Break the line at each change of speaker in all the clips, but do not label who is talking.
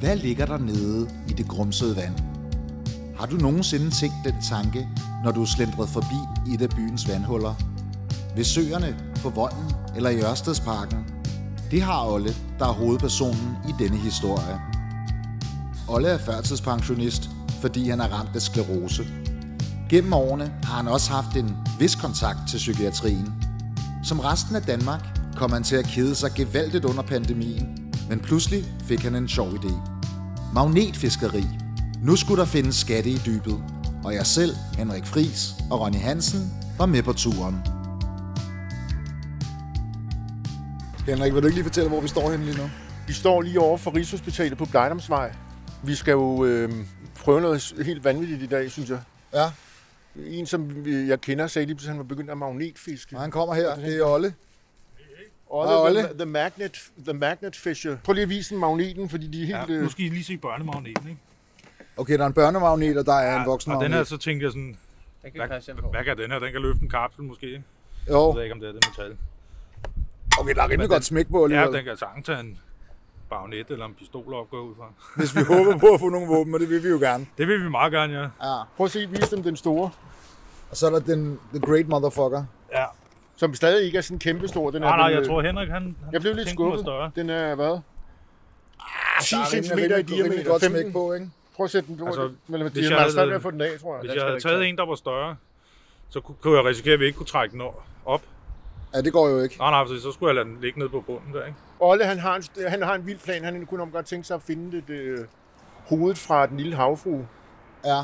Hvad ligger der nede i det grumsede vand? Har du nogensinde tænkt den tanke, når du er slendret forbi et af byens vandhuller? Ved søerne, på Volden eller i Ørstedsparken? Det har Olle, der er hovedpersonen i denne historie. Olle er førtidspensionist, fordi han er ramt af sklerose. Gennem årene har han også haft en vis kontakt til psykiatrien. Som resten af Danmark kom han til at kede sig gevaldigt under pandemien, men pludselig fik han en sjov idé. Magnetfiskeri. Nu skulle der findes skatte i dybet, og jeg selv, Henrik Fris og Ronny Hansen var med på turen.
Henrik, vil du ikke lige fortælle, hvor vi står henne lige nu?
Vi står lige over for Rigshospitalet på Blejdomsvej. Vi skal jo øh, prøve noget helt vanvittigt i dag, synes jeg.
Ja,
En, som vi- jeg kender, sagde lige pludselig, at han var begyndt at magnetfiske.
og han kommer her. Det er Olle.
Olle,
Hej, Ah, Olle.
The, the, magnet, the Magnet Fisher. Prøv lige at vise den magneten, fordi de er
Ja,
helt...
nu
Øh,
skal I lige se børnemagneten, ikke?
Okay, der er en børnemagnet, og der er en
og den
voksenmagnet.
her, så tænkte jeg sådan,
Den kan vi passe hjem
hvad,
på.
hvad kan den her? Den kan løfte en kapsel måske, ikke?
Jo,
Jeg ved ikke, om det er det metal.
okay, der er rimelig
Men
godt smæk på
Ja,
alligevel.
den kan sagtens tage en bagnet eller en pistol op gå ud fra.
Hvis vi håber på at få nogle våben, og det vil vi jo gerne.
Det vil vi meget gerne, ja.
Ja.
prøv at se, vise dem den store,
Og så er der den The Great Motherfucker.
ja.
som stadig ikke er sådan kæmpestor. Den er
Nej, Ah, nej,
vel,
jeg
øh,
tror Henrik, han, han
jeg blev lidt
tænkte, den var
skuffet.
Større.
Den er hvad? 10
Der er
cm
rimelig,
i
rimelig, rimelig
diameter.
godt smæk
15.
på, ikke?
Prøv at sætte den på.
Altså,
Altså, men
hvis
det er
jeg
meget
havde-
svært ved at få den af, tror jeg.
Hvis
Den skal
jeg havde
ikke tage.
taget en, der var større, så ku- kunne jeg risikere, at vi ikke kunne trække den o- op.
Ja, det går jo ikke.
Nej, nej, for så skulle jeg lade den ligge ned på bunden der, ikke?
Olle, han har, en, han har en vild plan. Han kunne om godt tænke sig at finde det, det hovedet fra den lille havfru,
Ja.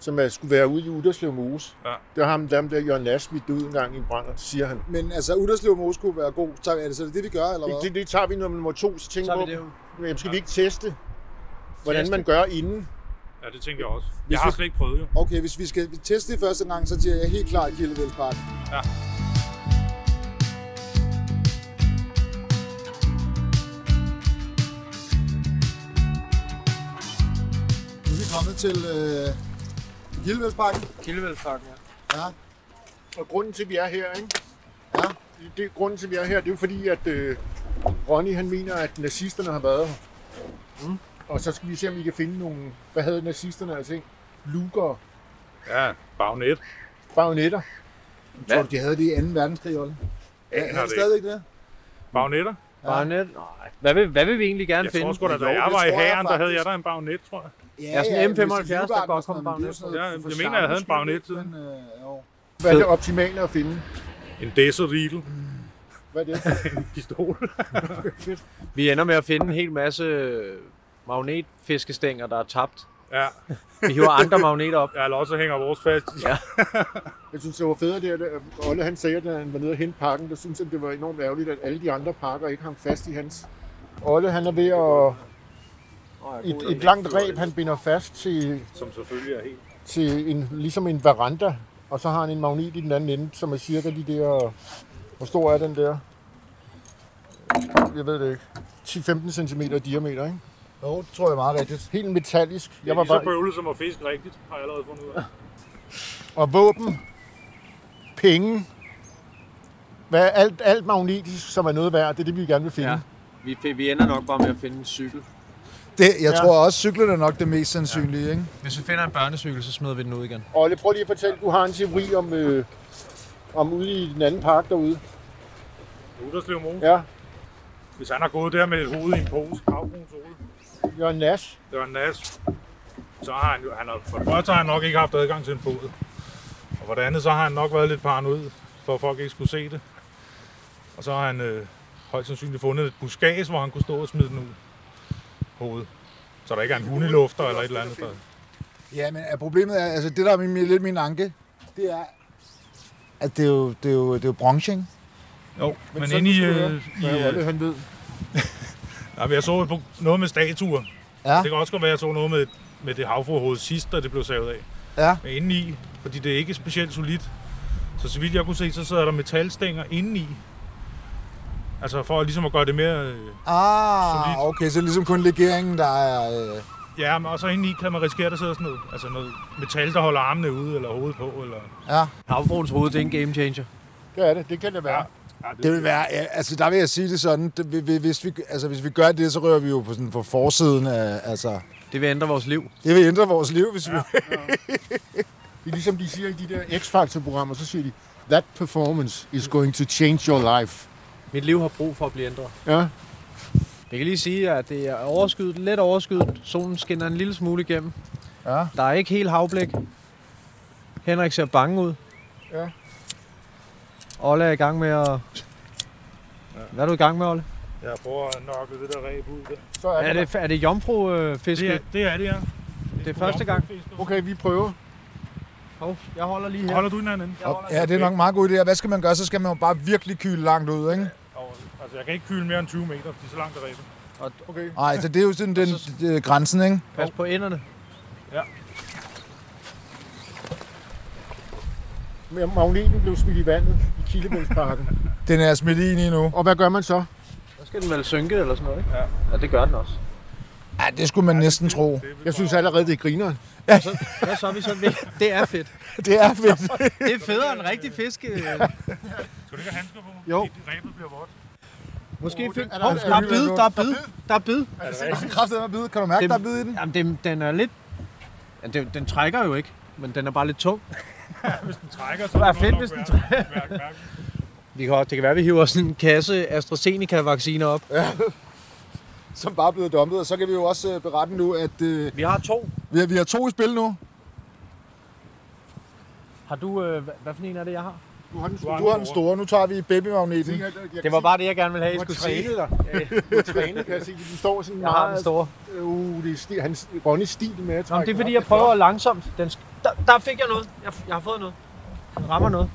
som er, skulle være ude i Uderslev Mose.
Ja.
Det har ham, dem der Jørgen Lasmid døde en gang i en brand, og det siger han.
Men altså, Uderslev Mose kunne være god. Så er det så det, vi gør, eller hvad?
Det, det, det tager vi når nummer to, så tænker
Så er
vi
vi det
på.
jo.
Men skal vi ikke teste, hvordan man gør inden?
Ja, det tænkte jeg også. Jeg har slet ikke prøvet, jo.
Okay, hvis vi skal teste det første gang, så siger jeg helt klart Kildevældspark.
Ja.
Nu er vi kommet til øh, Kildevældsparken.
Kildevældsparken, ja.
Ja.
Og grunden til, at vi er her, ikke?
Ja.
Det, det, grunden til, at vi er her, det er jo fordi, at øh, Ronny han mener, at nazisterne har været her. Mm. Og så skal vi se, om vi kan finde nogle... Hvad havde nazisterne altså ikke? Luger,
Ja, bagnet.
bagnetter.
Tror du, de havde det i 2. verdenskrig, Olle? Ja,
har
er det
det
stadigvæk det?
Bagnetter?
Bare net. Nej. Hvad vil, hvad vil vi egentlig gerne
Jeg
finde?
tror sgu da,
Jo,
da jeg
det
var i
tror jeg
hæren, der havde
faktisk.
jeg da en bagnet, tror jeg.
Ja, sådan en M75,
hvis det er
der
livgarden
godt
og sådan
komme
noget, men det er
bagnet.
sådan noget
Ja, jeg
for
mener,
charmen
jeg havde en
skyld,
bagnet
ikke?
siden.
Men, øh, jo.
Hvad er det optimale at finde?
En desert eagle.
Hvad er det?
En pistol.
Vi ender med at finde en hel masse øh, magnetfiskestænger, der er tabt.
Ja,
Vi hiver andre magneter op.
ja, eller også hænger vores fast. Ja.
Jeg synes, det var fedt, det, at Olle han sagde, at da han var nede og hente pakken, der synes han, det var enormt ærgerligt, at alle de andre pakker ikke hang fast i hans. Olle, han er ved at... Et, et langt reb, han binder fast til,
Som selvfølgelig er helt...
til en, ligesom en veranda, og så har han en magnet i den anden ende, som er cirka de der... Hvor stor er den der? Jeg ved det ikke. 10-15 cm i diameter, ikke?
Jo, det tror jeg er meget rigtigt.
Helt metallisk.
Jeg
Jeg var
lige så
bare...
bøvlet som at fiske rigtigt, har jeg allerede fundet ud af.
Og våben. Penge. Hvad, alt, alt magnetisk, som er noget værd, det er det, vi gerne vil finde.
Ja.
Ja.
Vi, fi- vi ender nok bare med at finde en cykel.
Det, jeg
Ja.
tror også, cyklen er nok det mest sandsynlige, ikke?
Hvis vi finder en børnecykel, så smider vi den ud igen.
Olle, prøv lige at fortælle, du har en teori om, øh, om ude i den anden park derude.
Uderslev Mose.
Ja,
Hvis han har gået der med et hoved i en pose, havbrun sol,
Jørgen Nash.
det var en nas, så har han jo, han har, for det første har han nok ikke haft adgang til en båd. Og for det andet, så har han nok været lidt paranoid, for at folk ikke skulle se det. Og så har han øh, højst sandsynligt fundet et buskads, hvor han kunne stå og smide den ud. Hovedet. Så der ikke er en hundelufter eller et eller andet. Der.
Ja, men øh, problemet er, altså det der er min, min- lidt min anke, det er, at det er jo, det er jo, det er jo branche, ikke?
Jo, men, men
sådan
inde i,
skulle det
øh, i
Hvad var
øh,
det, han ved?
Nej, men jeg så et pro- noget med statuer.
Ja.
Det kan også godt være, at jeg så noget med, med det havfruehoved sidst, da det blev savet af.
Ja.
Men indeni, fordi det er ikke specielt solidt. Så så vidt jeg kunne se, så sidder der metalstænger indeni. Altså for ligesom at gøre det mere... øh,
Ah,
Solidt.
okay, så ligesom kun legeringen, der er... Øh,
Ja, men også indeni kan man risikere, at der sidder sådan noget, altså noget metal, der holder armene ude eller hovedet på. Eller...
ja.
Havfruens hoved, det er en game changer.
Det er det, det kan det være.
Ja,
Det vil være, ja, altså der vil jeg sige det sådan, det, vi- vi- hvis, vi, altså, hvis vi gør det, så rører vi jo på, sådan, på forsiden af, altså,
Det vil ændre vores liv.
det vil ændre vores liv, hvis ja. vi...
Det er ligesom de siger i de der X-Factor-programmer, så siger de, that performance is going to change your life.
Mit liv har brug for at blive ændret.
Ja,
Jeg kan lige sige, at det er overskyet, let overskyet. Solen skinner en lille smule igennem.
Ja.
Der er ikke helt havblik. Henrik ser bange ud.
Ja.
Olle er i gang med at... Hvad er du i gang med, Olle?
Jeg prøver at nokle det der ræb ud. Der.
så er
Er
det.
det, er det jomfrufiske?
Det, er, det er det, ja.
Det er første gang.
Okay, vi prøver.
Hov, jeg holder lige her.
Holder du en anden?
Jeg holder
Ja, det er nok en meget god idé. Og Hvad skal man gøre? Så skal man jo bare virkelig kyle langt ud, ikke?
Og, altså, jeg kan ikke kyle mere end 20 meter, fordi så langt er ræbet.
Okay.
Nej, så det er jo sådan den, øh, grænsen, ikke?
Pas på enderne.
Men Magneten blev smidt i vandet i Kildebundsparken.
Den er smidt i lige nu.
Og hvad gør man så?
Så skal den vel synke eller sådan noget, ikke?
Ja.
ja det gør den også.
Ja, det skulle man næsten tro.
Det er
Jeg synes allerede, det griner.
Hvad så er vi så ved? Det er fedt.
Det er fedt.
Det er federe end rigtig øh. fiske.
Skal du ikke have handsker på?
Jo.
Fordi Ræbet bliver vådt.
Måske
Oh,
fik...
den er der
Hov,
altså
der er
alligevel
bid,
noget.
der er bid, der er bid.
Er det
Det er kraftigt med bid. Kan du mærke,
Det-
der er bid i den?
Jamen, den, den er lidt... Ja, den, den trækker jo ikke, men den er bare lidt tung.
Hvis den trækker, så
Det var
er det
fedt,
godt
hvis
nok
den
værd- værd- værd-
Vi kan, det kan være, at vi hiver sådan en kasse AstraZeneca-vacciner op.
Som bare er blevet dumpet. Og så kan vi jo også øh, berette nu, at øh,
Vi har to.
vi, har, vi har to i spil nu.
Har du... Øh, hvad, hvad for en er det, jeg har?
Du har den
Du
store.
har
Du har den store. Nu tager vi babymagneten.
Jeg kan se,
Det var bare det, jeg gerne ville have, I
Du har
skulle se.
trænet dig. Træne, kan jeg se. Du står sådan
Jeg har den
meget...
store.
Uh, det er sti, hans, Ronny stil med at trække
Nå, men det er
den
fordi,
op.
jeg prøver langsomt. Den sk- der, der fik jeg noget. Jeg, jeg har fået noget. Den rammer noget.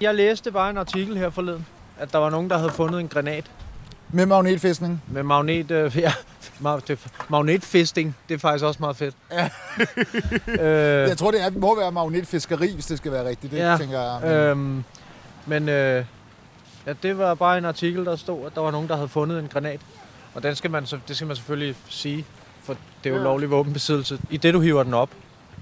Jeg læste bare en artikel her forleden, at der var nogen, der havde fundet en granat
Med magnetfiskning.
med magnet... Øh, ja, ma- det, magnetfisting. Det er faktisk også meget fedt. Ja. øh,
Jeg tror, det er, må være magnetfiskeri, hvis det skal være rigtigt. Det
Ja.
ja. tænker jeg.
øhm, men øh, ja, det var bare en artikel, der stod, at der var nogen, der havde fundet en granat. Og den skal man, så- det skal man selvfølgelig sige, for det er jo
Ja.
lovlig våbenbesiddelse. I det, du hiver den op,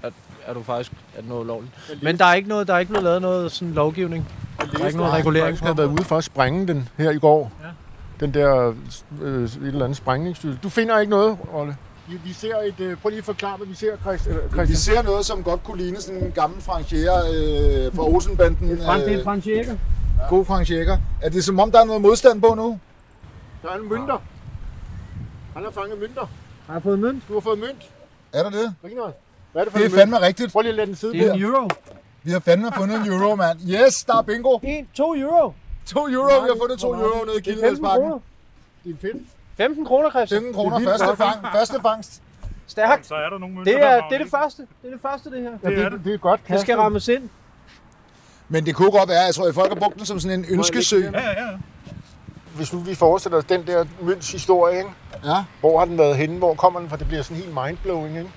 er, er du faktisk er noget lovligt. Men der er ikke noget, der er ikke blevet lavet noget sådan lovgivning. Der er ikke noget regulering.
Jeg har været ude for at sprænge den her i går. Ja. Den der øh, et eller andet sprængningsstyrelse. Du finder ikke noget, Olle? Vi, vi ser et... Øh, prøv lige at forklare, hvad vi ser, Christ, eller,
Vi
Christian.
ser noget, som godt kunne ligne sådan en gammel franchier øh, fra Olsenbanden. Øh,
Franciaca.
god franchiekker. Er det som om, der er noget modstand på nu?
Der er en mønter. Han har fanget mønter.
Har jeg fået mønt?
Du har fået mønt.
Er der det?
Griner. Hvad er det for
Det er
en mønt?
fandme rigtigt.
Prøv lige at lade den sidde
Det er
der.
en euro.
Vi har fandme fundet en euro, mand. Yes, der er bingo.
En, to euro.
To euro, vi har fundet to euro nede i Kildehælsparken.
Det er fedt.
15 kroner, Christian.
15 kroner første, fang, første fangst.
Stærkt.
Så er der nogle mønter,
Det
der
er, det er
magnet.
det første. Det er det første, det her.
Det er det.
Det, det er godt
Det
kastet.
skal rammes ind.
Men det kunne godt være, jeg tror, at folk har brugt den som sådan en ønskesø.
Ja, ja, ja.
Hvis nu vi forestiller os den der mønts historie, ikke?
Ja.
Hvor har den været henne? Hvor kommer den fra? Det bliver sådan helt mindblowing, ikke?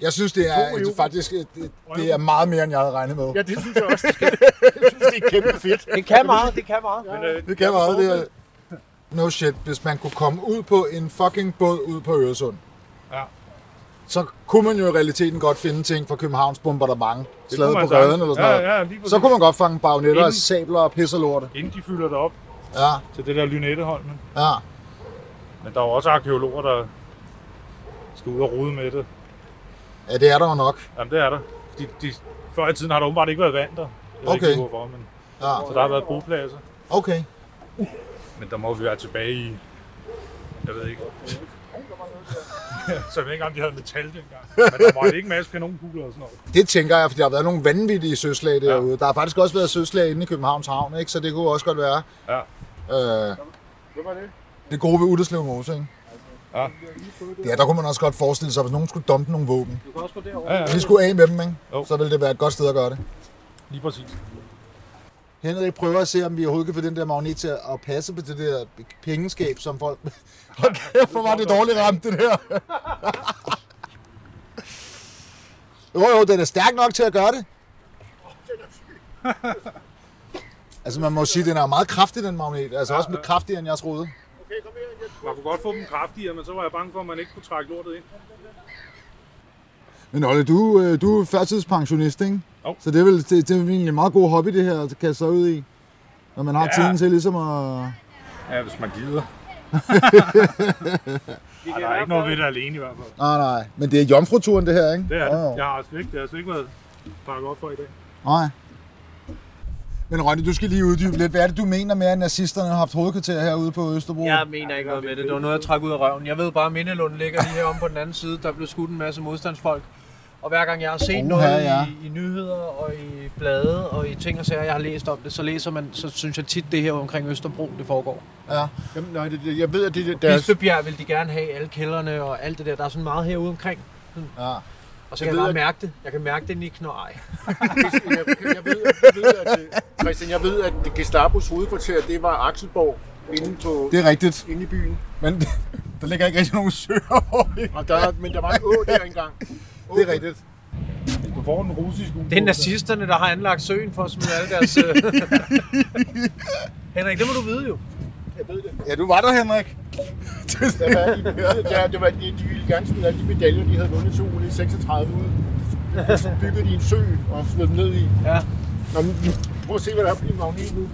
Jeg synes, det er
To euro.
det, faktisk øh, det, det er meget mere, end jeg havde regnet med.
Ja, det synes jeg også. jeg synes, det er kæmpe fedt.
Det kan meget, det kan meget.
Men, øh,
Det kan meget, det er... No shit, hvis man kunne komme ud på en fucking båd ud på Øresund,
Ja.
så kunne man jo i realiteten godt finde ting fra Københavns bombardement, slaget
kunne
på
man sagtens.
røden eller sådan noget.
Ja, ja, lige præcis.
Så kunne man godt fange bagnetter og
Inden-
sabler og pisse lorte.
Inden de fylder det op
Ja,
til det der Lynetteholmen.
ja.
Men der er jo også arkeologer, der skal ud og rode med det.
Ja, det er der jo nok.
Jamen, det er der. Fordi de, før i tiden har der åbenbart ikke været vand der. Jeg ved
Okay.
ikke, hvorfor, men
Ja,
så der har været bopladser.
okay.
Men der må vi være tilbage i, jeg ved ikke, så jeg ved ikke engang, de havde metal dengang. Men der måtte ikke en masse kanonkugler og sådan noget.
Det tænker jeg, fordi der har været nogle vanvittige søslag derude. Der har faktisk også været søslag inde i Københavns Havn, ikke? så det kunne også godt være.
Ja.
Øh,
Hvad var det?
det gode ved Uderslev Mose, ikke?
Ja.
Ja, der kunne man også godt forestille sig, hvis nogen skulle dumpe nogle våben.
Du kan også gå derover.
Ja, ja.
Hvis de skulle af med dem, ikke?
Jo.
så ville det være et godt sted at gøre det.
Lige præcis.
Henrik prøver at se, om vi overhovedet kan få den der magnet til at passe på det der pengeskab, som folk... Hold kæft, hvor var det dårligt ramt, det der. jo, jo, den er stærk nok til at gøre det. altså, man må jo sige, at den er meget kraftig, den magnet. Altså, også med kraftigere, end jeg troede.
Man kunne godt få dem kraftigere, men så var jeg bange for, at man ikke kunne trække lortet ind.
Men Olle, du, øh, du er førtidspensionist, ikke?
Jo.
Så det er, vel, det, det er vel egentlig en meget god hobby, det her at kaste sig ud i. Når man har
Ja.
ja. tiden til ligesom at...
Ja, hvis man gider. Ej, der er ikke noget ved det alene i hvert fald.
Nej, nej. Men det er jomfruturen, det her, ikke?
Det er
Jo, jo.
det. Jeg har altså ikke, det har altså ikke været pakket op for i dag.
Nej. Men Ronny, du skal lige uddybe lidt. Hvad er det, du mener med, at nazisterne har haft hovedkvarter herude på Østerbro?
Jeg mener ikke noget med det. Det var noget, jeg trak ud af røven. Jeg ved bare, at Mindelund ligger lige heromme på den anden side. Der blev skudt en masse modstandsfolk. Og hver gang jeg har set
Oha,
noget
ja.
i, i, nyheder og i blade og i ting og sager, jeg har læst om det, så læser man, så synes jeg tit, det her omkring Østerbro, det foregår.
Ja.
Jamen, nej, det, det, jeg ved, at det er
Deres...
deres...
Bispebjerg vil de gerne have alle kælderne og alt det der. Der er sådan meget herude omkring.
ja.
Og så
Jeg
kan jeg,
ved,
bare
at-
mærke det. Jeg kan mærke det i knøj.
jeg, jeg, ved, jeg ved, at, øh, Christian, jeg ved, at Gestapos hovedkvarter, det var Akselborg inde, på,
Det er rigtigt.
inde i byen.
Men der ligger ikke rigtig nogen søer over det.
Og der, men der var en å der engang. Å,
Det er rigtigt.
Du får den russiske ubåd.
Det er nazisterne, der har anlagt søen for at smide alle deres... øh, Henrik, det må du vide jo.
Jeg ved det.
Ja, du var der, Henrik.
Der var, de, der, det var, de, de ville gerne smide alle de medaljer, de havde vundet til OL i 36 ud. Så byggede de en sø og smed dem ned i.
Ja.
Nå, men, prøv at se, hvad der er på din magnet nu.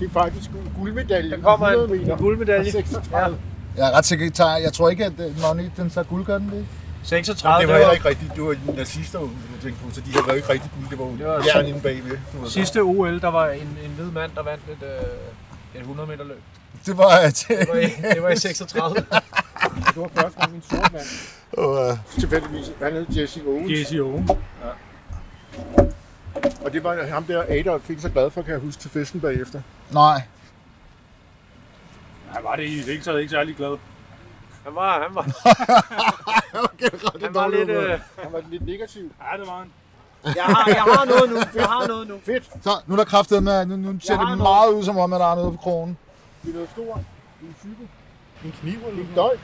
Det er faktisk gu- guldmedalje.
Der kommer en-
100 meter
en guldmedalje.
og 36.
Jeg er ret sikker, jeg, tager, jeg tror ikke, at øh, Magnet, den tager guld, gør den det?
36,
Det var heller ikke rigtigt. Det var nazister, du tænkte på, så de havde jo ikke rigtig guld. Det var jo
Det var
jern inde bagved. Du ved.
Sidste OL, der var en, en hvid mand, der vandt et, øh, et 100 meter løb.
Det var... øh,
Det var i, det var i 36.
Det var første gang en sort mand.
Åh,
Tilfældigvis. Han hed Jesse Owens.
Jesse Owen.
Og det var ham der, Adolf fik så glad for, kan jeg huske, til festen bagefter.
nej.
Han var det i det hele taget ikke særlig glad.
Han var, han var, han var
dårligt
lidt... Øh,
Han var lidt negativ.
Ja, det var han.
jeg, har, jeg har noget nu, jeg har noget nu.
Fedt.
Så, nu er der kraftet med, nu, nu ser
har
det
noget.
meget ud som om, at der er noget på krogen.
Det er noget stort. Det er en type. En kniv eller noget? En dolk.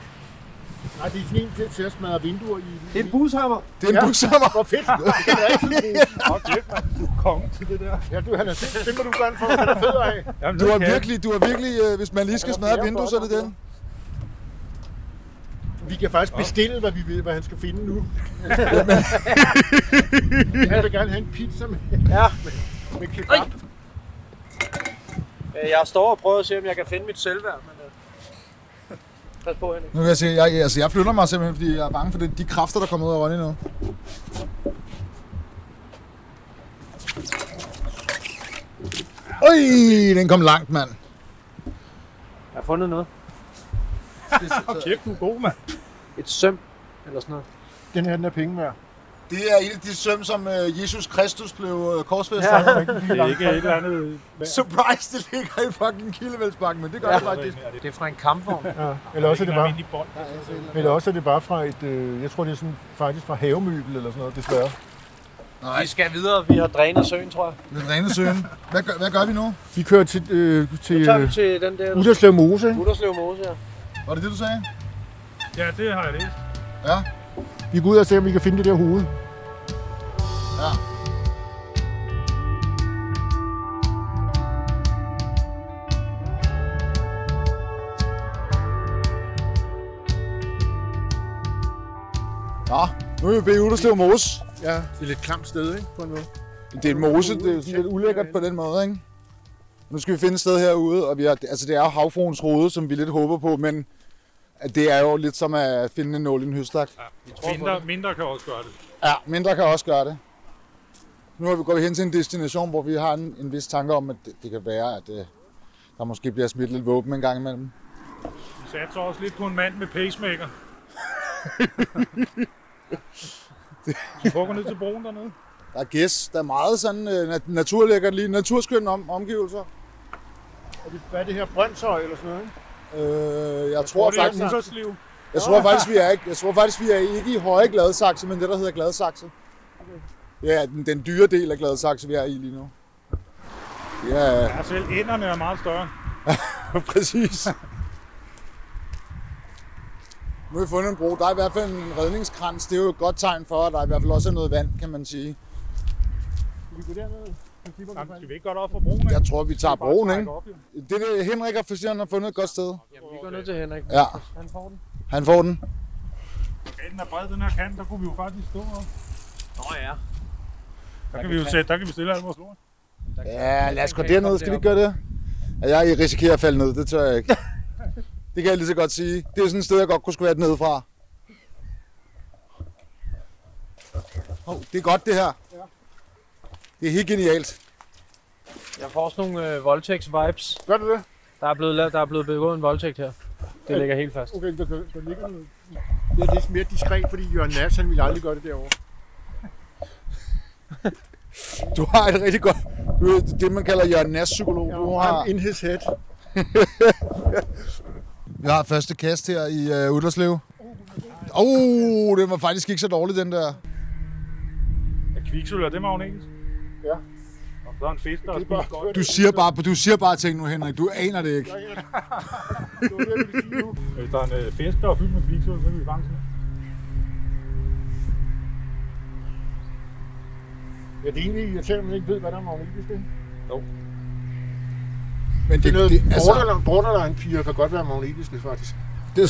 Nej, det er sådan en til- til at smadre vinduer i.
Det er en bushammer.
Det er en
Ja.
buksammer.
Hvor fedt. Det er rigtigt.
Hold kæft, mand. Du er konge til det der.
Ja, du, han er, den- den må du gerne få. Han er fed af.
Jamen,
Du
det
har
kan jeg.
virkelig, du har virkelig øh, hvis man lige skal
Han har
smadre et
flere
vindue, så er det
fordomme.
den.
Vi kan faktisk bestille, hvad vi ved, hvad han skal finde nu. Jeg vil gerne have en pizza med,
Ja.
med kebab.
Øh, Jeg står og prøver at se, om jeg kan finde mit selvværd, men... Øh, pas på, Henrik.
Nu kan jeg se, jeg, jeg- altså, jeg flytter mig simpelthen, fordi jeg er bange for det, de kræfter, der kommer ud af Ronny nu. Øj, den kom langt, mand.
Jeg har fundet noget.
Hold kæft, du er god, mand.
Et søm, eller sådan noget.
Den her, den er penge værd.
Det er en af de søm, som øh, Jesus Kristus blev øh, korsfæstet.
Ja.
Det er ikke et eller andet...
Surprise, det ligger i fucking Kildevaldsbakken, men det gør
Ja.
det faktisk.
Det er fra en kampvogn.
Ja. Eller også er det bare,
almindelig bold.
eller også er det bare fra et, øh, jeg tror det er sådan, faktisk fra havemøbel eller sådan noget, desværre.
Vi skal videre. Vi har drænet søen, tror jeg.
Den rene søen. Hvad gør, hvad gør vi nu?
Vi kører til, øh,
Nu
til
tager vi
øh,
til den der
Utterslev Mose. ikke?
Utterslev Mose her.
Var det det, du sagde?
Ja, det har jeg læst.
Vi går ud og ser, om vi kan finde det der hoved.
Ja. Nå, nu er vi ved Utterslev Mose.
Ja, det er lidt klamt sted, ikke? På en måde.
Det er en mose, det er jo sådan lidt ulækkert på den måde, ikke? Nu skal vi finde et sted herude, og vi har, altså det er jo havfruens hoved, som vi lidt håber på, men det er jo lidt som at finde en nål i en høstak.
Mindre, mindre kan også gøre det.
Ja, mindre kan også gøre det. Nu har vi gået hen til en destination, hvor vi har en, en vis tanke om, at det, det kan være, at øh, der måske bliver smidt lidt våben en gang imellem.
Vi satser også lidt på en mand med pacemaker. Vi hugger ned til broen dernede.
Der er gæs, der er meget sådan øh, nat- naturlækkert lige, naturskønne om, omgivelser.
Er det, hvad er det her? Brøndshøj eller sådan noget, ikke?
Øh, jeg, tror
det er
faktisk,
Utterslev.
jeg tror faktisk, vi er ikke, jeg tror faktisk, vi er ikke i høje Gladsaxe, men det der hedder Gladsaxe. Ja, den, den dyre del af Gladsaxe, vi er i lige nu. Ja,
Ja, selv enderne er meget større.
præcis. Nu har vi fundet en bro. Der er i hvert fald en redningskrans. Det er jo et godt tegn for, at der i hvert fald også er noget vand, kan man sige.
Skal vi gå derned? Så kigger vi på
Jamen,
den.
skal vi ikke godt op for broen?
Jeg tror, vi tager broen, ikke?
ikke?
Det er det, Henrik og Christian har fundet et godt sted.
Jamen, vi går ned til Henrik.
Ja,
Han får den.
han får den.
Den er bred, den her kant, der kunne vi jo faktisk stå op.
Nå ja.
Der kan vi jo sætte, der kan vi stille alt vores lort.
Ja, lad os gå derned. Skal vi ikke gøre det? Ja, jeg risikerer at falde ned. Det tør jeg ikke. Det kan jeg lige så godt sige. Det er sådan et sted, jeg godt kunne skvætte ned fra. Oh, det er godt, det her. Det er helt genialt.
Jeg får også nogle øh, voldtægts-vibes.
Gør du det?
Der er, blevet, lavet- der er blevet begået en voldtægt her. Det ligger helt fast.
Okay, der, der, der ligger noget. Det er lidt mere diskret, fordi Jørgen Nass, han ville aldrig gøre det derovre.
Du har et rigtig godt... Du er det, man kalder Jørgen Nass-psykolog. Du har...
I'm in his head.
Vi har første kast her i øh, Udderslev. Åh, oh, den var faktisk ikke så dårlig, den der.
Ja, kviksøl, er det magnetisk?
Ja.
Og så er en fisk, der har
Det er bare
spist godt.
Du siger bare, du siger bare ting nu, Henrik. Du aner det ikke.
Det var det, jeg ville sige nu.
Hvis der er en øh, fisk, der er fyldt med kviksøl, så kan vi fange sådan en.
Ja, det er egentlig irriterende, at man ikke ved, hvad der er magnetisk. Ikke?
Men
Det
det,
er noget,
det, altså,
borderline, borderline-piger kan godt være magnetiske, faktisk.
det,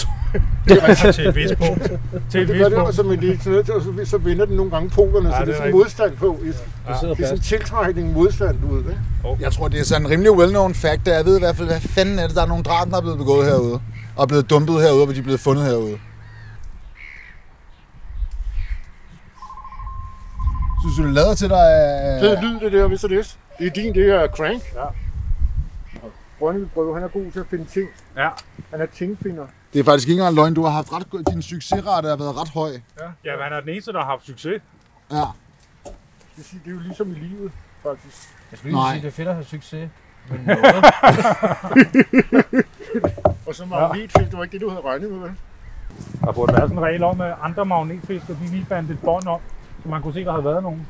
Til et vist punkt. Til
Det
et
gør
vist
det, og
punkt.
så, men det er sådan noget, til- og så, så vinder den nogle gange polerne,
Ja,
så
det
det
er
er sådan
rigtigt.
modstand på. Ja.
Det sidder
Det er sådan
fast.
tiltrækning modstand, du ved. Ikke?
jeg tror, det er sådan en rimelig well-known fact, at jeg ved i hvert fald, hvad fanden er det, der er nogle drab, der er blevet begået herude. Og er blevet dumpet herude, og de er blevet fundet herude. Synes du, det lader til dig?
Det
Øh...
er lyd, det der, hvis det er det. Det er din, det er crank. Ja. Ronny Brøve, han er god til at finde ting.
Ja.
Han er tingfinder.
Det er faktisk ikke engang løgn. Du har haft ret, din succesrate har været ret høj.
Ja, men han er den eneste, der har haft succes.
Ja.
Det, siger- det er jo ligesom i livet, faktisk.
Jeg skulle lige
Nej.
sige, det er fedt at have succes.
Og så magnetfelt, det var ikke det, du havde regnet med, vel?
Der burde være sådan en regel om, at andre magnetfisker, de lige bandt et bånd om, så man kunne se, der havde været nogen.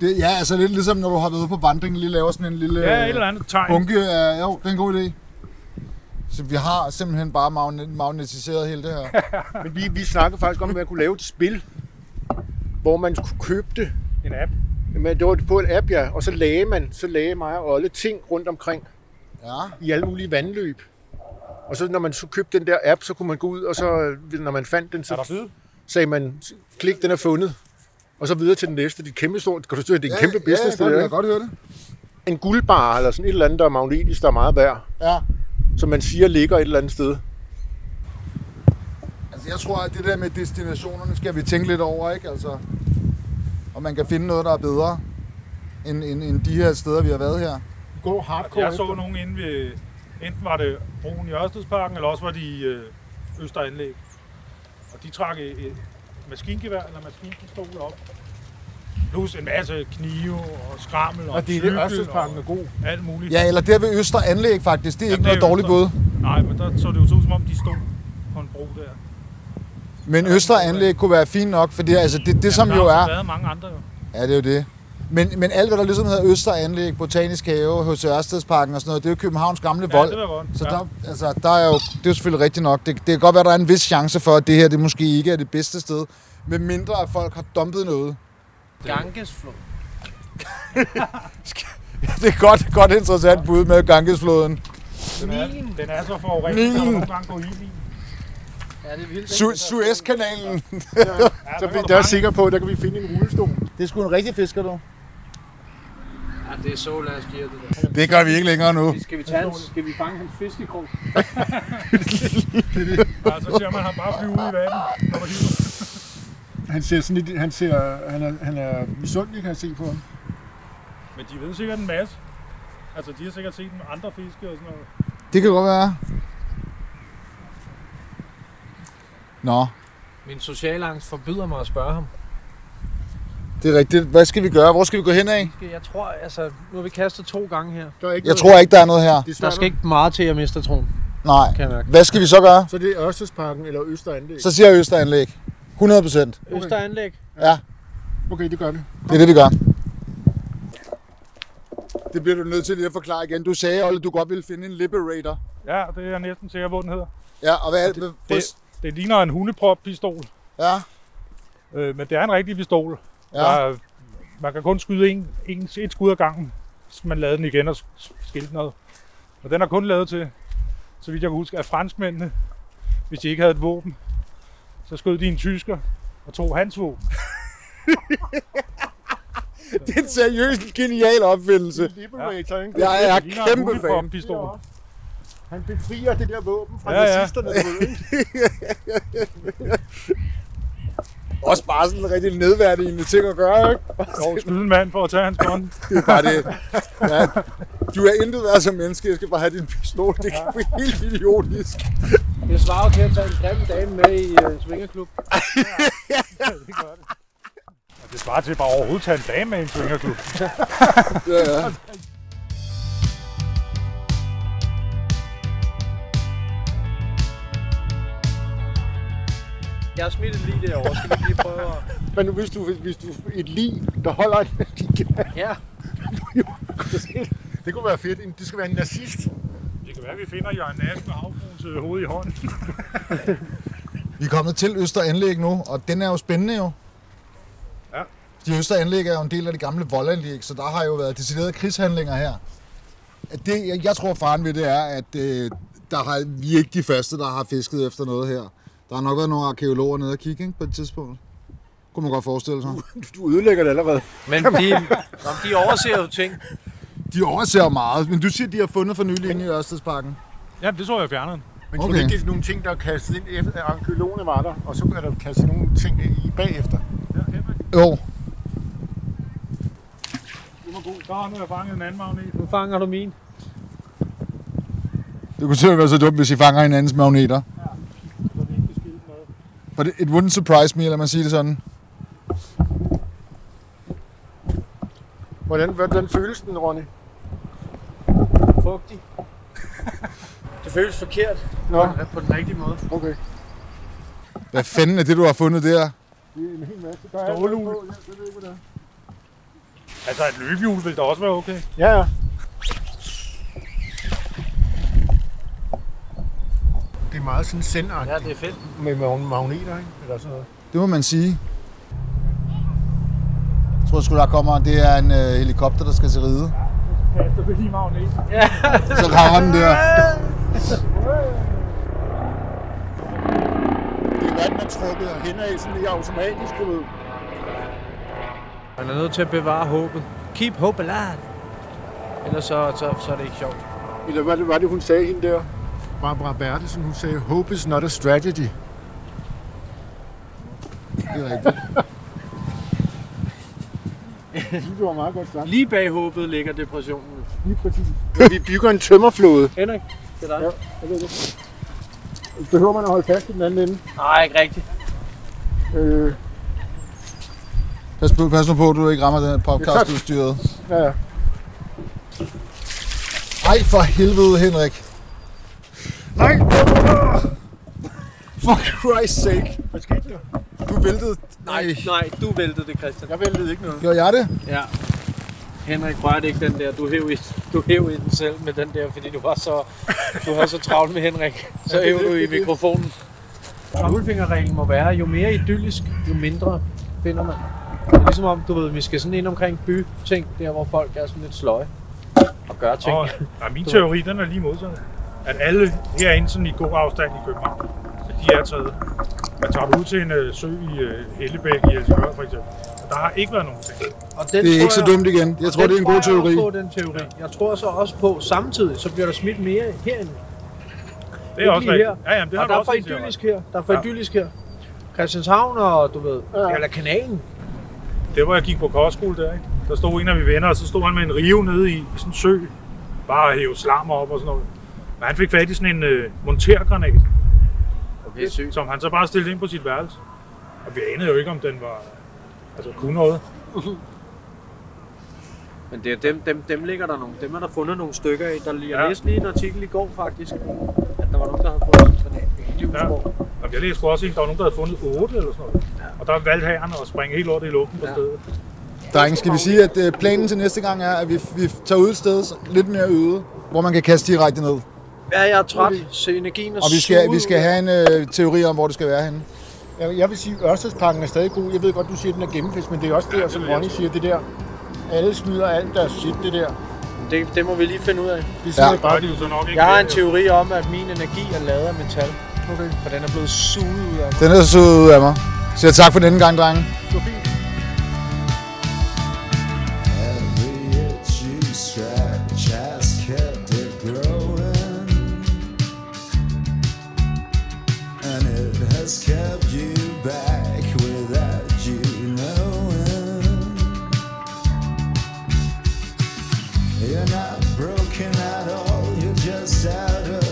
Det, ja, altså lidt ligesom når du har været ude på vandring, lige laver sådan en lille
Ja, et
øh,
eller andet tegn.
bunke. af- jo, det er en god idé. Så vi har simpelthen bare magne- magnetiseret hele det her.
Men vi, vi snakkede faktisk om, at man kunne lave et spil, hvor man kunne købe det.
En app.
Men det var på en app, ja. Og så lagde man, så lagde mig og Olle ting rundt omkring.
Ja,
i alle mulige vandløb. Og så når man så købte den der app, så kunne man gå ud, og så øh, når man fandt den,
Er der
så
side?
sagde man, klik, den er fundet. Og så videre til den næste. Det er kæmpe stort. Kan du støtte, det er en kæmpe business,
ja, jeg,
det der.
kan
ikke?
godt høre det.
En guldbar eller sådan et eller andet, der er magnetisk, der er meget værd.
Ja.
Som man siger ligger et eller andet sted.
Altså, jeg tror, at det der med destinationerne skal vi tænke lidt over, ikke? Altså, om man kan finde noget, der er bedre end, end, end de her steder, vi har været her.
Gå hardcore.
Jeg så nogen inde ved, enten var det broen i Ørstedsparken, eller også var de i øh, Østeranlæg. Og de trak et, et maskingevær eller maskinpistol op. Plus en masse knive og skrammel og,
Og det er
cykel
det, Ørstedsparken er
og
god.
alt muligt.
Ja, eller der ved Østre Anlæg faktisk. Det er
Jamen,
ikke
det er
noget dårligt
Østre.
bud.
Nej, men der så det jo så ud som om, de stod på en bro der.
Men Østre Anlæg kunne være fint nok, for det, altså, det, det som
der
jo
har
er...
også været mange andre jo.
Ja, det er jo det. Men, men alt, hvad der ligesom hedder Østeranlæg, Botanisk Have, hos Ørstedsparken og sådan noget, det er jo Københavns gamle
Ja,
vold.
det var godt.
Så
ja.
der, altså, der er jo, det er jo selvfølgelig rigtigt nok. Det, det kan godt være, at der er en vis chance for, at det her det måske ikke er det bedste sted, med mindre at folk har dumpet noget.
Gangesflod.
det er godt, godt interessant bud med Gangesfloden.
den, er, den er så forurenet,
Nilen.
at der nogle gange går ild i.
Ja, det er vildt.
Su- Suezkanalen.
Ja,
Så
går
vi, der er
der mange-
sikker på, at der kan vi finde en rullestol.
Det er sgu en rigtig fisker, du.
Ja, det er så lad os give det der.
Det gør vi ikke længere nu.
Skal vi, tage hans, skal vi fange hans fiskekrog?
Ja, Altså, så ser man ham bare flyve ud i vandet. når man hiver.
Han ser sådan lidt, han ser, han er, han er misundelig, kan jeg se på ham.
Men de ved sikkert en masse. Altså, de har sikkert set andre fiske og sådan noget.
Det kan godt være. Nå,
Min sociale angst forbyder mig at spørge ham.
det er rigtigt. Hvad skal vi gøre? Hvor skal vi gå hen af?
Jeg tror, altså, nu har vi kastet to gange her.
Der er ikke
Jeg
noget-
tror ikke, der er noget her.
det er
Der
svært.
skal ikke meget til, at jeg mister troen,
Nej.
kan jeg mærke.
Hvad skal vi så gøre?
Så det er Ørstedsparken eller Østeranlæg.
Så siger jeg Østeranlæg. 100 procent.
Østeranlæg.
Okay, det gør det.
Det er det, vi gør. Det bliver du nødt til lige at forklare igen. Du sagde, Olle, du godt ville finde en Liberator.
Ja, det er jeg næsten sikker på, den hedder.
Ja, og hvad er det?
Det, det ligner en hundeprop-pistol,
Ja,
øh, men det er en rigtig pistol. Ja.
ja.
Der, er- man kan kun skyde en, en, et skud ad gangen, hvis man lavede den igen og s- skilte noget. Og den er kun lavet til, så vidt jeg kan huske, af franskmændene. Hvis de ikke havde et våben, så skød de en tysker, og tog hans våben.
Det er en seriøst genial opfindelse.
Liberator, ikke?
Jeg er kæmpe fan.
fan.
Han befrier det der våben fra
Ja,
ja,
ja.
nazisterne, du ved, ikke?
Også bare sådan en rigtig nedværdigende ting at gøre, ikke?
Jo, skyde en mand for at tage hans bånd.
Det er bare det. Ja. Du er intet værd som menneske. Jeg skal bare have din pistol. Det kan blive helt idiotisk.
Det svarer jo til at tage en grim dame med i uh, Svingerklub.
det gør det. Og det svarer til at bare overhovedet tage en dame med i en swingerklub.
Ja, ja.
Jeg har smidt et lige derovre. Skal vi ikke lige prøve at...
Men nu, hvis du, hvis du et lig, der holder en, de kan,
Ja.
det kunne være fedt. En- Det skal være en nazist.
Det kan være, at vi finder Jørgen Nass med havbrugens hoved i hånden.
Vi er kommet til Øster Anlæg nu, og den er jo spændende jo.
Ja.
De Øster Anlæg er jo en del af det gamle voldanlæg, så der har jo været deciderede krigshandlinger her. At Det, jeg- jeg tror, faren ved det er, at øh, der har, vi er ikke de første, der har fisket efter noget her. Der har nok været nogle arkeologer nede og kigge ikke, på et tidspunkt. Kunne man godt forestille sig.
Du ødelægger det allerede.
Men de, Nå, men de overser jo ting.
De overser meget, men du siger, de har fundet for nylig inde i Ørstedsparken.
Ja, det tror jeg fjerner den.
Men
Okay.
okay. det er nogle ting, der er kastet ind efter, at arkeologerne var der, og så er der kastet nogle ting i bagefter.
Jo,
Det var god. Der har nu jeg fanget en anden magnet.
Nu fanger du min.
det kunne selvfølgelig være så dumt, hvis I fanger hinandens magneter. But it wouldn't surprise me, lad mig sige det sådan.
Hvordan, hvordan føles den, Ronny?
Fugtig. Det føles forkert
Nå,
på den rigtige måde.
okay.
Hvad fanden er det, du har fundet der?
Det er en hel masse. Der er Stålhul. Jeg ved ikke, hvad det er.
Altså, et løbehjul ville da også være okay.
Ja, ja. Det er meget sådan send
Ja, det er fedt.
med mag- magneter, ikke? Eller sådan noget.
Det må man sige. Jeg tror sgu, der kommer, det er en øh, helikopter, der skal til ride.
Kaster vi lige magnet.
Så rammer den der.
Det er godt, man trukket henad sådan lige automatisk, du ved.
Man er nødt til at bevare håbet. Keep hope alive. Ellers så, så, så er det ikke sjovt.
Eller hvad det, var det, hun sagde hende der? Barbara Bertelsen, hun sagde, hope is not a strategy.
Det er rigtigt.
Jeg synes, det var meget godt sagt.
Lige bag håbet ligger depressionen.
Lige præcis. Vi bygger en tømmerflåde.
Henrik, det er dig.
Ja. Behøver man at holde fast i den anden ende?
Nej, ikke rigtigt.
Øh,
Pas, på, pas nu på, at du ikke rammer den podcastudstyret.
ja, ja.
Ej, for helvede, Henrik.
Nej!
For Christ's sake.
Hvad skete der?
Du væltede. Nej.
Nej, du væltede det, Christian.
Jeg væltede ikke noget.
Gjorde jeg det?
Ja. Henrik rørte ikke den der. Du hæv, i, du hæv i den selv med den der, fordi du var så, du var så travlt med Henrik. Så hæv du i mikrofonen. Tommelfingerreglen må være, jo mere idyllisk, jo mindre finder man. Det er ligesom om, du ved, vi skal sådan ind omkring byting, der hvor folk er sådan lidt sløje og gør ting.
Og,
Oh.
ja, min teori, den er lige modsat. At alle herinde sådan i god afstand i København, at de er taget. Man tager du ud til en øh, sø i øh, Hellebæk i Helsingør for eksempel. og Der har ikke været nogen ting.
Og den
Det er
tror
ikke så
jeg-
dumt igen. Jeg tror,
den
det er en god
tror jeg
teori.
også på, den teori. Jeg tror så også på, samtidig, så bliver der smidt mere herinde.
Det er også
lige
rigtigt. Ja, jamen, det har
og
du
der er
også
for
ret i,
idyllisk her. Der er for ja. idyllisk her. Christianshavn og, du ved, ja. eller kanalen.
Det var, jeg gik på kostskole der, ikke? Der stod en af mine venner, og så stod han med en rive nede i sådan en sø. Bare at hæve slammer op og sådan noget. Men han fik fat i sådan en øh, montergranat,
Okay, sygt.
som han så bare stillede ind på sit værelse. Og vi anede jo ikke, om den var... Altså, kunne noget.
Men det er dem, dem, dem ligger der nogle. Dem er der fundet nogle stykker i. Der, jeg
Ja.
læste lige en artikel i går faktisk, at der var nogen, der havde fundet sådan en granat i Livsborg.
Og jeg læste sgu også en, der var nogen, der havde fundet 8 eller sådan noget. Og der valgte herren at springe helt lortet i luften på
Ja.
stedet.
Drenge, skal vi sige, at øh, planen til næste gang er, at vi, vi tager ud et sted lidt mere øde, hvor man kan kaste direkte ned.
Ja, jeg er træt. Så energien er
Og vi skal, vi skal have en øh, teori om, hvor det skal være henne.
Jeg, jeg vil sige, at Ørstedsparken er stadig god. Jeg ved godt, du siger, at den er gennemfisk, men det er også der, som Ronny siger, det der. Alle smider alt deres shit, det der.
Det, det må vi lige finde ud af.
Det siger
Ja.
jeg
Der
bare.
er de jo så nok ikke...
Jeg har en
øh,
teori om, at min energi er lavet af metal.
Okay.
For den er blevet suget ud af mig.
Den er så sød ud af mig.
Så tak for denne gang, drenge.
Every itch you scratch has kept it growing, and it has kept you back without you knowing. You're not broken at all, you're just out of